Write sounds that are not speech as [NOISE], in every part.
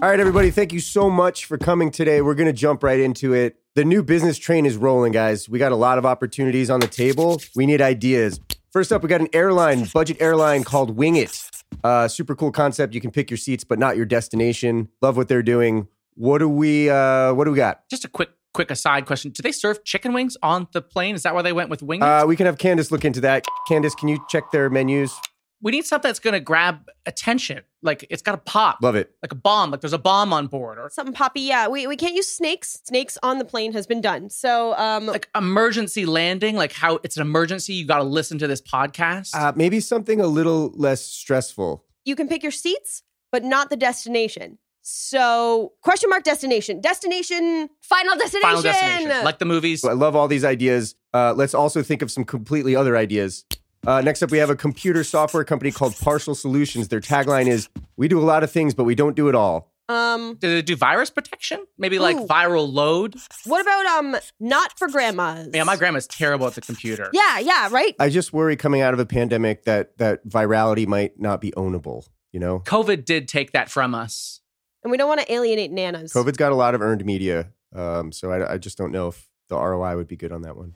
All right, everybody, thank you so much for coming today. We're going to jump right into it. The new business train is rolling, guys. We got a lot of opportunities on the table. We need ideas. First up, we got an airline, budget airline called Wing It. Uh, super cool concept. You can pick your seats, but not your destination. Love what they're doing. What do we? Uh, what do we got? Just a quick quick aside question. Do they serve chicken wings on the plane? Is that why they went with wings? Uh, we can have Candace look into that. Candace, can you check their menus? we need something that's going to grab attention. Like it's got to pop. Love it. Like a bomb. Like there's a bomb on board or Something poppy, yeah. We, we can't use snakes. Snakes on the plane has been done. So um, like emergency landing. Like how it's an emergency. You got to listen to this podcast. Uh, maybe something a little less stressful. you can pick your seats, but not the destination. So question mark destination. Destination, final destination. Final destination. Like the movies. I love all these ideas. Uh, let's also think of some completely other ideas. Uh, next up, we have a computer software company called Partial Solutions. Their tagline is We do a lot of things, but we don't do it all. um, Do they do virus protection? Maybe like Ooh. viral load. what about um not for grandmas? Yeah, my grandma's terrible [LAUGHS] at the computer. Yeah, yeah, right? I just worry coming out of a pandemic that, that virality might not be ownable, you know? COVID did take that from us. And we don't want to alienate nanas. COVID's got a lot of earned media, um, so I, I just don't know if the ROI would be good on that one.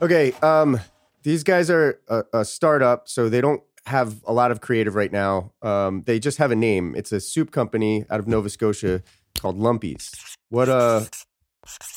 Okay, um, these guys are a, a startup, so they don't have a lot of creative right now. Um, they just have a name. It's a soup company out of Nova Scotia called Lumpies. What uh,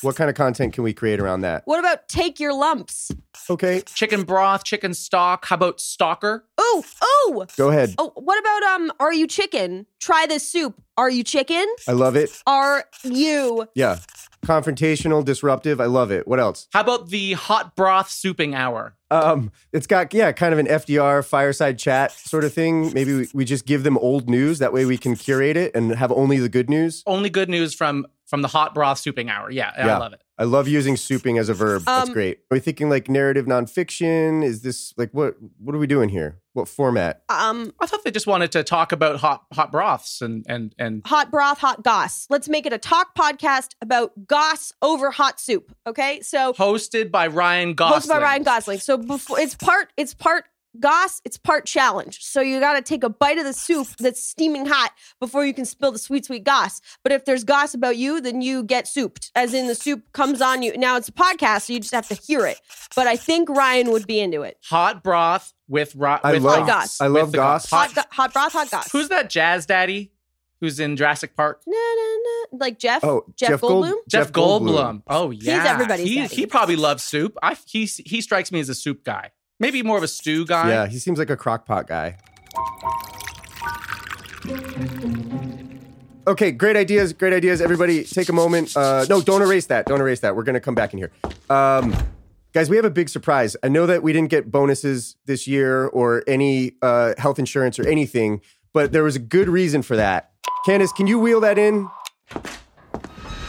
what kind of content can we create around that? What about take your lumps? Okay, Chicken broth, chicken stock. How about stalker? Ooh, ooh. go ahead. Oh, what about um are you chicken? Try this soup. Are you chicken? I love it. Are you Yeah, confrontational, disruptive. I love it. What else? How about the hot broth souping hour? Um, it's got yeah, kind of an FDR fireside chat sort of thing. Maybe we, we just give them old news. That way we can curate it and have only the good news. Only good news from from the hot broth souping hour. Yeah, Yeah. I love it. I love using souping as a verb. That's Um, great. Are we thinking like narrative nonfiction? Is this like what what are we doing here? What format? um I thought they just wanted to talk about hot hot broths and and and hot broth, hot goss. Let's make it a talk podcast about goss over hot soup. Okay, so hosted by Ryan Gosling. hosted by Ryan Gosling. So before it's part, it's part goss, it's part challenge. So you got to take a bite of the soup that's steaming hot before you can spill the sweet, sweet goss. But if there's goss about you, then you get souped, as in the soup comes on you. Now it's a podcast, so you just have to hear it. But I think Ryan would be into it. Hot broth with ro- I with love goss. I With love the goss. goss. Hot, go- hot broth, hot goss. Who's that jazz daddy who's in Jurassic Park? na, na, na. like Jeff? Oh, Jeff, Jeff Gold- Goldblum. Jeff, Jeff Goldblum. Goldblum. Oh yeah, everybody's he, daddy. he probably loves soup. I he he strikes me as a soup guy. Maybe more of a stew guy. Yeah, he seems like a crockpot guy. Okay, great ideas, great ideas. Everybody, take a moment. Uh, no, don't erase that. Don't erase that. We're gonna come back in here, um, guys. We have a big surprise. I know that we didn't get bonuses this year or any uh, health insurance or anything, but there was a good reason for that. Candace, can you wheel that in?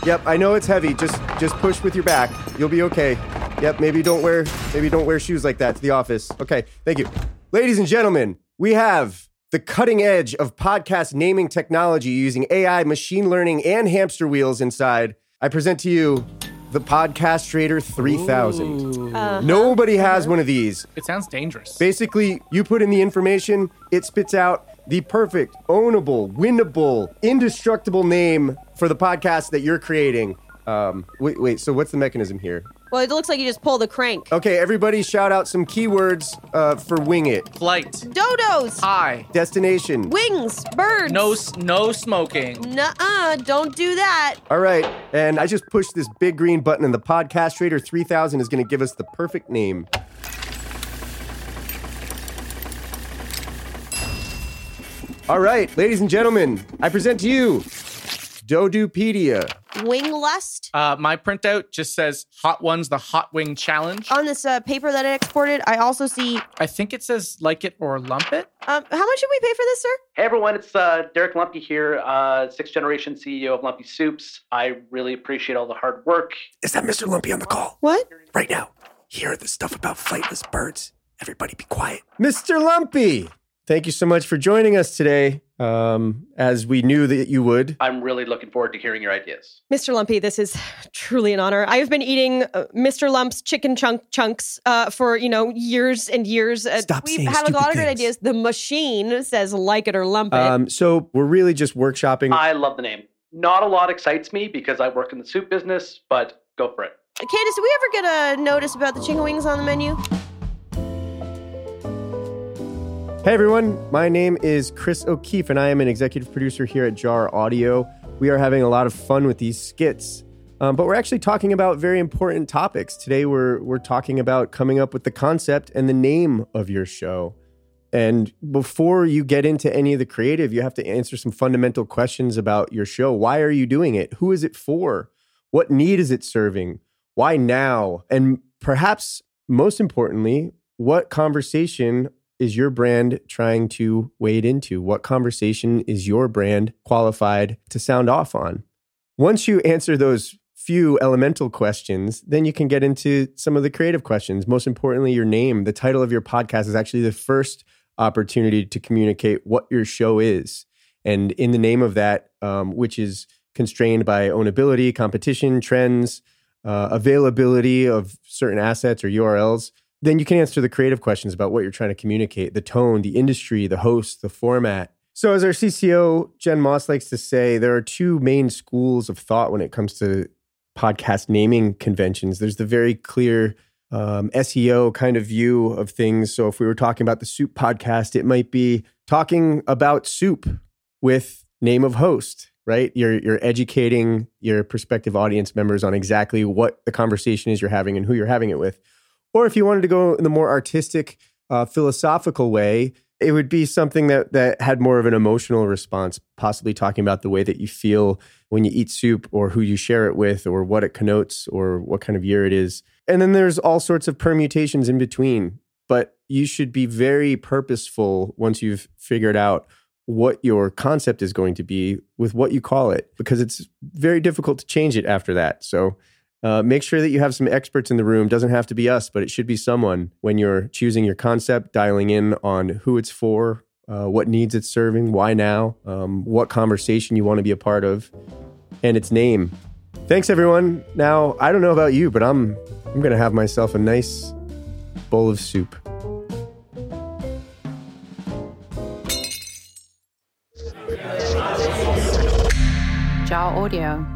Yep, I know it's heavy. Just just push with your back. You'll be okay. Yep, maybe don't wear maybe don't wear shoes like that to the office. Okay, thank you. Ladies and gentlemen, we have the cutting edge of podcast naming technology using AI, machine learning, and hamster wheels inside. I present to you the Podcast Trader 3000. Nobody has one of these. It sounds dangerous. Basically, you put in the information, it spits out the perfect, ownable, winnable, indestructible name for the podcast that you're creating. Um, wait, wait. So what's the mechanism here? Well, it looks like you just pull the crank. Okay, everybody, shout out some keywords uh, for wing it. Flight. Dodos, High. Destination. wings, birds. No s- no smoking. Nuh-uh, don't do that. All right, and I just pushed this big green button, and the podcast trader 3000 is going to give us the perfect name. All right, ladies and gentlemen, I present to you Dodupedia. Wing lust. Uh, my printout just says "Hot Ones: The Hot Wing Challenge." On this uh, paper that I exported, I also see. I think it says "Like it or lump it." Um, how much should we pay for this, sir? Hey everyone, it's uh, Derek Lumpy here, uh, sixth generation CEO of Lumpy Soups. I really appreciate all the hard work. Is that Mr. Lumpy on the call? What? Right now, hear the stuff about flightless birds. Everybody be quiet. Mr. Lumpy, thank you so much for joining us today, um, as we knew that you would. I'm really looking forward to hearing your ideas. Mr. Lumpy, this is truly an honor. I have been eating uh, Mr. Lump's chicken chunk chunks uh, for you know years and years. Uh, Stop We've saying had a lot stupid of great things. ideas. The machine says like it or lump it. Um, so we're really just workshopping. I love the name. Not a lot excites me because I work in the soup business, but go for it. Candace, did we ever get a notice about the chicken wings on the menu? Hey everyone, my name is Chris O'Keefe, and I am an executive producer here at Jar Audio. We are having a lot of fun with these skits, um, but we're actually talking about very important topics today. We're we're talking about coming up with the concept and the name of your show. And before you get into any of the creative, you have to answer some fundamental questions about your show. Why are you doing it? Who is it for? What need is it serving? Why now? And perhaps most importantly, what conversation is your brand trying to wade into? What conversation is your brand qualified to sound off on? Once you answer those few elemental questions, then you can get into some of the creative questions. Most importantly, your name. The title of your podcast is actually the first opportunity to communicate what your show is. And in the name of that, um, which is constrained by ownability, competition, trends, uh, availability of certain assets or URLs, then you can answer the creative questions about what you're trying to communicate the tone, the industry, the host, the format. So, as our CCO, Jen Moss, likes to say, there are two main schools of thought when it comes to podcast naming conventions. There's the very clear um, SEO kind of view of things. So, if we were talking about the soup podcast, it might be talking about soup with name of host, right? You're you're educating your prospective audience members on exactly what the conversation is you're having and who you're having it with. Or if you wanted to go in the more artistic, uh, philosophical way, it would be something that that had more of an emotional response, possibly talking about the way that you feel when you eat soup, or who you share it with, or what it connotes, or what kind of year it is. And then there's all sorts of permutations in between. But you should be very purposeful once you've figured out what your concept is going to be with what you call it because it's very difficult to change it after that. So uh, make sure that you have some experts in the room. Doesn't have to be us, but it should be someone when you're choosing your concept, dialing in on who it's for, uh, what needs it's serving, why now, um, what conversation you want to be a part of, and its name. Thanks, everyone. Now I don't know about you, but I'm I'm gonna have myself a nice bowl of soup. Jar Audio.